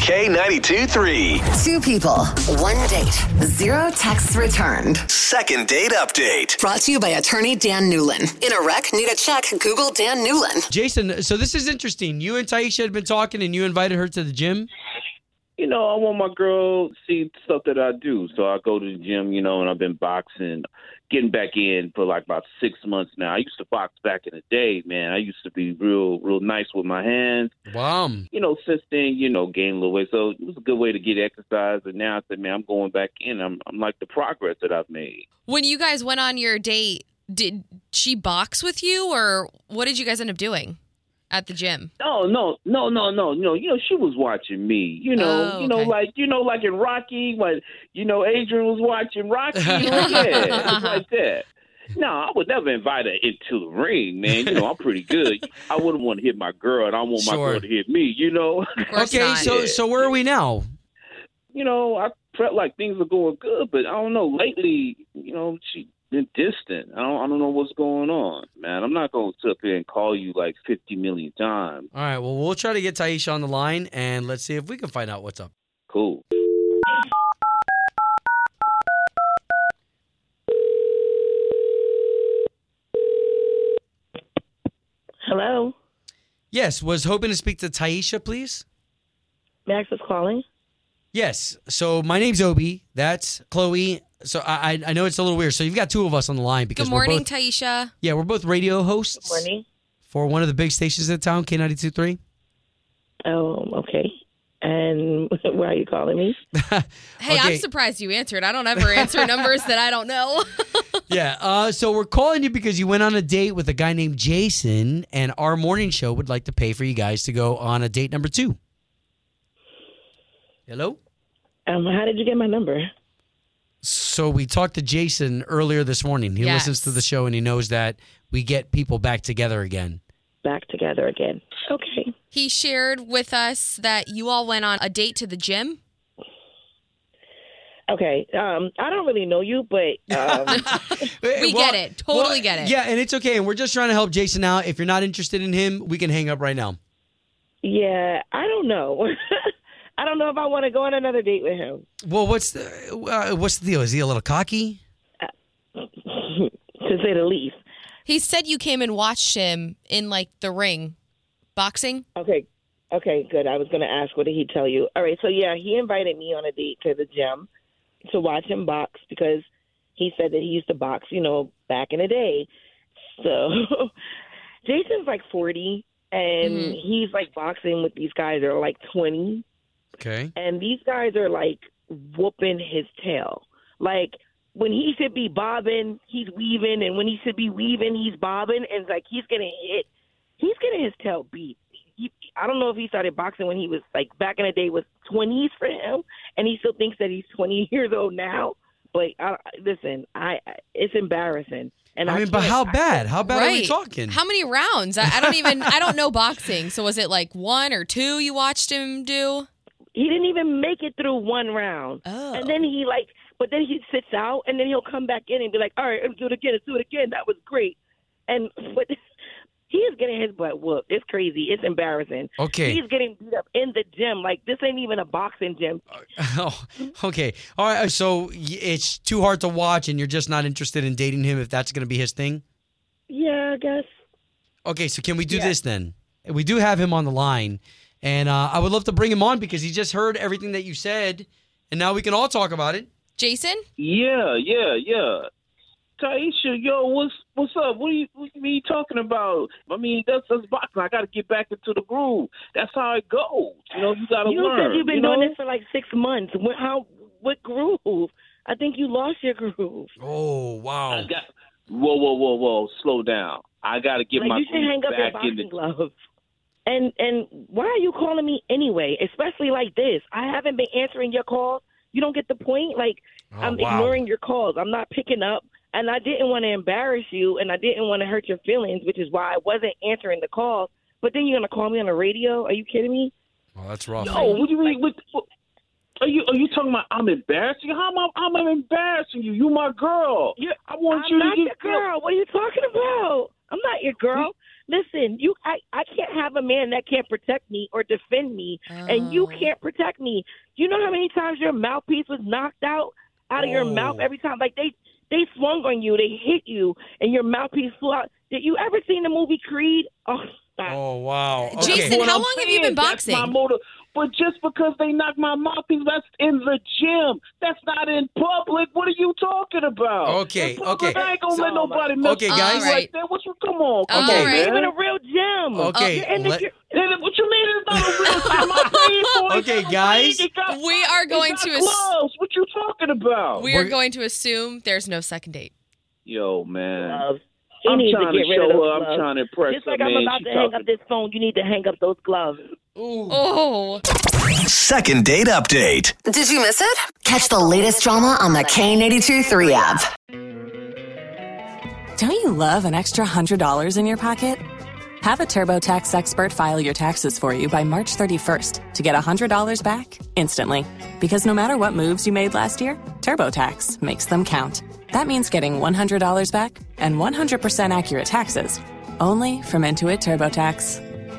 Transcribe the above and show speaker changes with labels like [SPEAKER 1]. [SPEAKER 1] K92 3.
[SPEAKER 2] Two people, one date, zero texts returned.
[SPEAKER 1] Second date update.
[SPEAKER 2] Brought to you by attorney Dan Newlin. In a wreck, need a check, Google Dan Newlin.
[SPEAKER 3] Jason, so this is interesting. You and Taisha had been talking and you invited her to the gym.
[SPEAKER 4] you know, I want my girl to see stuff that I do. So I go to the gym, you know, and I've been boxing, getting back in for like about six months now. I used to box back in the day, man. I used to be real, real nice with my hands.
[SPEAKER 3] Wow.
[SPEAKER 4] You know, since then, you know, gained a little weight. So it was a good way to get exercise. And now I said, man, I'm going back in. I'm, I'm like the progress that I've made.
[SPEAKER 5] When you guys went on your date, did she box with you or what did you guys end up doing at the gym?
[SPEAKER 4] No, Oh, no, no, no, no, no. You know, she was watching me. You know,
[SPEAKER 5] Oh,
[SPEAKER 4] you know,
[SPEAKER 5] okay.
[SPEAKER 4] like you know, like in Rocky, when you know Adrian was watching Rocky. You know, yeah, it's like that. No, I would never invite her into the ring, man. You know, I'm pretty good. I wouldn't want to hit my girl, and I don't want my
[SPEAKER 3] Sure.
[SPEAKER 4] girl to hit me. You know,
[SPEAKER 5] Of course
[SPEAKER 3] Okay,
[SPEAKER 5] not.
[SPEAKER 3] so so where are we now?
[SPEAKER 4] you know, I felt like things were going good, but I don't know. Lately, you know, she been distant. I don't, I don't know what's going on, man. I'm not gonna sit up here and call you like 50 million times.
[SPEAKER 3] All right, well, we'll try to get Taisha on the line and let's see if we can find out what's up.
[SPEAKER 4] Cool.
[SPEAKER 6] Hello,
[SPEAKER 3] Yes, was hoping to speak to Taisha, please.
[SPEAKER 6] Max is calling.
[SPEAKER 3] Yes, so my name's Obi. That's Chloe. So I I- I know it's a little weird. So you've got two of us on the line because
[SPEAKER 5] Good morning,
[SPEAKER 3] we're both
[SPEAKER 5] Taisha.
[SPEAKER 3] yeah we're both radio hosts
[SPEAKER 6] Good morning.
[SPEAKER 3] for one of the big stations in town, K 923
[SPEAKER 6] Oh, okay. And why are you calling me?
[SPEAKER 5] Hey,
[SPEAKER 3] okay.
[SPEAKER 5] I'm surprised you answered. I don't ever answer numbers that I don't know.
[SPEAKER 3] Yeah. Uh, so we're calling you because you went on a date with a guy named Jason, and our morning show would like to pay for you guys to go on a date number two. Hello.
[SPEAKER 6] Um, how did you get my number?
[SPEAKER 3] So we talked to Jason earlier this morning. He
[SPEAKER 5] Yes.
[SPEAKER 3] listens to the show and he knows that we get people back together again.
[SPEAKER 6] Back together again. Okay.
[SPEAKER 5] he shared with us that you all went on a date to the gym.
[SPEAKER 6] Okay. Um, I don't really know you, but um,
[SPEAKER 5] We get it. Totally get it.
[SPEAKER 3] Eh, Yeah, and it's okay. And we're just trying to help Jason out. If you're not interested in him, we can hang up right now.
[SPEAKER 6] yeah, I don't know. I don't know if I want to go on another date with him.
[SPEAKER 3] Well, what's the uh, what's the deal? Is he a little cocky?
[SPEAKER 6] to say the least.
[SPEAKER 5] He said you came and watched him in like the ring boxing.
[SPEAKER 6] Okay. Okay, good. I was going to ask, what did he tell you? All right. So, yeah, he invited me on a date to the gym to watch him box because he said that he used to box, you know, back in the day. So, Jason's like 40, and
[SPEAKER 5] Mhm.
[SPEAKER 6] he's like boxing with these guys that are like 20,
[SPEAKER 3] Okay.
[SPEAKER 6] and these guys are like whooping his tail. Like, when he should be bobbing, he's weaving, and when he should be weaving, he's bobbing, and like he's getting hit he's getting his tail beat. He, I don't know if he started boxing when he was like back in the day was twenties for him, and he still thinks that he's twenty years old now. But I, listen, I it's embarrassing. And I,
[SPEAKER 3] I mean, but
[SPEAKER 6] can't-
[SPEAKER 3] how
[SPEAKER 6] I
[SPEAKER 3] bad? How bad are we
[SPEAKER 5] Right.
[SPEAKER 3] talking?
[SPEAKER 5] How many rounds? I, I don't even. I don't know boxing. So was it like one or two you watched him do?
[SPEAKER 6] he didn't even make it through one round.
[SPEAKER 5] Oh.
[SPEAKER 6] And then he like, but then he sits out, and then he'll come back in and be like, "All right, let's do it again. Let's do it again. That was great." And but he is getting his butt whooped. It's crazy. It's embarrassing.
[SPEAKER 3] Okay.
[SPEAKER 6] He's getting beat up in the gym. Like this ain't even a boxing gym.
[SPEAKER 3] Oh, okay. All right. So y- it's too hard to watch, and you're just not interested in dating him if that's going to be his thing.
[SPEAKER 6] Yeah, I guess.
[SPEAKER 3] Okay. So can we do
[SPEAKER 6] Yeah.
[SPEAKER 3] this then? We do have him on the line, and uh, I would love to bring him on because he just heard everything that you said, and now we can all talk about it.
[SPEAKER 5] Jason,
[SPEAKER 4] Yeah, yeah, yeah. Taisha, yo, what's what's up? What are you, what you mean you talking about? I mean, that's that's boxing. I got to get back into the groove. That's how it goes. You know, you got to
[SPEAKER 6] You
[SPEAKER 4] learn.
[SPEAKER 6] said you've been
[SPEAKER 4] know?
[SPEAKER 6] doing this for like six months. What, how? What groove? I think you lost your groove.
[SPEAKER 3] Oh wow.
[SPEAKER 4] I got, whoa, whoa, whoa, whoa! Slow down. I got to get
[SPEAKER 6] like
[SPEAKER 4] my
[SPEAKER 6] you should
[SPEAKER 4] groove
[SPEAKER 6] hang up your
[SPEAKER 4] back in
[SPEAKER 6] boxing
[SPEAKER 4] the.
[SPEAKER 6] gloves. And and why are you calling me anyway? Especially like this. I haven't been answering your calls. You don't get the point. Like
[SPEAKER 3] Oh,
[SPEAKER 6] I'm
[SPEAKER 3] wow.
[SPEAKER 6] ignoring your calls. I'm not picking up. And I didn't want to embarrass you and I didn't want to hurt your feelings, which is why I wasn't answering the calls. But then you're gonna call me on the radio? Are you kidding me?
[SPEAKER 3] Well, Oh, that's rough.
[SPEAKER 4] No, Oh, what do you mean? What, what, are you are you talking about? I'm embarrassing. you? How am I? I'm embarrassing you. You my girl.
[SPEAKER 6] You're-
[SPEAKER 4] I want
[SPEAKER 6] I'm
[SPEAKER 4] you
[SPEAKER 6] not
[SPEAKER 4] to
[SPEAKER 6] your
[SPEAKER 4] get
[SPEAKER 6] girl. What are you talking about? I'm not your girl. Listen, you I, I can't have a man that can't protect me or defend me and you
[SPEAKER 7] Oh.
[SPEAKER 6] can't protect me. You know how many times your mouthpiece was knocked out out of your
[SPEAKER 3] Oh.
[SPEAKER 6] mouth every time like they they swung on you, they hit you and your mouthpiece flew out. Did you ever seen the movie Creed? Oh, stop.
[SPEAKER 3] Oh wow. Okay.
[SPEAKER 7] Jason,
[SPEAKER 4] That's what
[SPEAKER 7] how
[SPEAKER 4] I'm
[SPEAKER 7] long have you been
[SPEAKER 4] saying. That's my
[SPEAKER 7] boxing?
[SPEAKER 4] motive. But just because they knocked my mouthpiece, that's in the gym. That's not in public. What are you talking about?
[SPEAKER 3] Okay,
[SPEAKER 4] In public,
[SPEAKER 3] okay.
[SPEAKER 4] I ain't gonna
[SPEAKER 6] So-
[SPEAKER 4] let nobody mess
[SPEAKER 3] Okay,
[SPEAKER 4] with
[SPEAKER 7] guys.
[SPEAKER 4] me
[SPEAKER 7] Alright.
[SPEAKER 4] Like that. What you, come on, come
[SPEAKER 7] Okay.
[SPEAKER 4] on,
[SPEAKER 6] You're
[SPEAKER 4] man.
[SPEAKER 6] even a real gem.
[SPEAKER 3] Okay,
[SPEAKER 6] Oh, You're in the-
[SPEAKER 3] let-
[SPEAKER 6] you're-
[SPEAKER 4] Then What you mean it's not a real gym? I paid for
[SPEAKER 6] Oh,
[SPEAKER 4] it.
[SPEAKER 3] Okay,
[SPEAKER 4] It's
[SPEAKER 3] guys.
[SPEAKER 4] a league. It
[SPEAKER 7] We are
[SPEAKER 4] got-
[SPEAKER 7] going
[SPEAKER 4] it got
[SPEAKER 7] to ass-
[SPEAKER 4] gloves. What you talking about?
[SPEAKER 7] We are
[SPEAKER 3] We're-
[SPEAKER 7] going to assume there's no second date.
[SPEAKER 4] Yo, man.
[SPEAKER 6] gloves. He
[SPEAKER 4] I'm
[SPEAKER 6] needs
[SPEAKER 4] trying
[SPEAKER 6] to get rid
[SPEAKER 4] show
[SPEAKER 6] of those
[SPEAKER 4] her. I'm
[SPEAKER 6] gloves.
[SPEAKER 4] trying to impress
[SPEAKER 6] Just like
[SPEAKER 4] her,
[SPEAKER 6] I'm
[SPEAKER 4] man.
[SPEAKER 6] about
[SPEAKER 4] She
[SPEAKER 6] to hang
[SPEAKER 4] talking-
[SPEAKER 6] up this phone, you need to hang up those gloves.
[SPEAKER 7] Oh,
[SPEAKER 1] Second date update.
[SPEAKER 2] Did you miss it? Catch the latest drama on the K82 3 app.
[SPEAKER 5] Don't you love an extra $100 in your pocket? Have a TurboTax expert file your taxes for you by March 31st to get $100 back instantly. Because no matter what moves you made last year, TurboTax makes them count. That means getting $100 back and 100% accurate taxes only from Intuit TurboTax.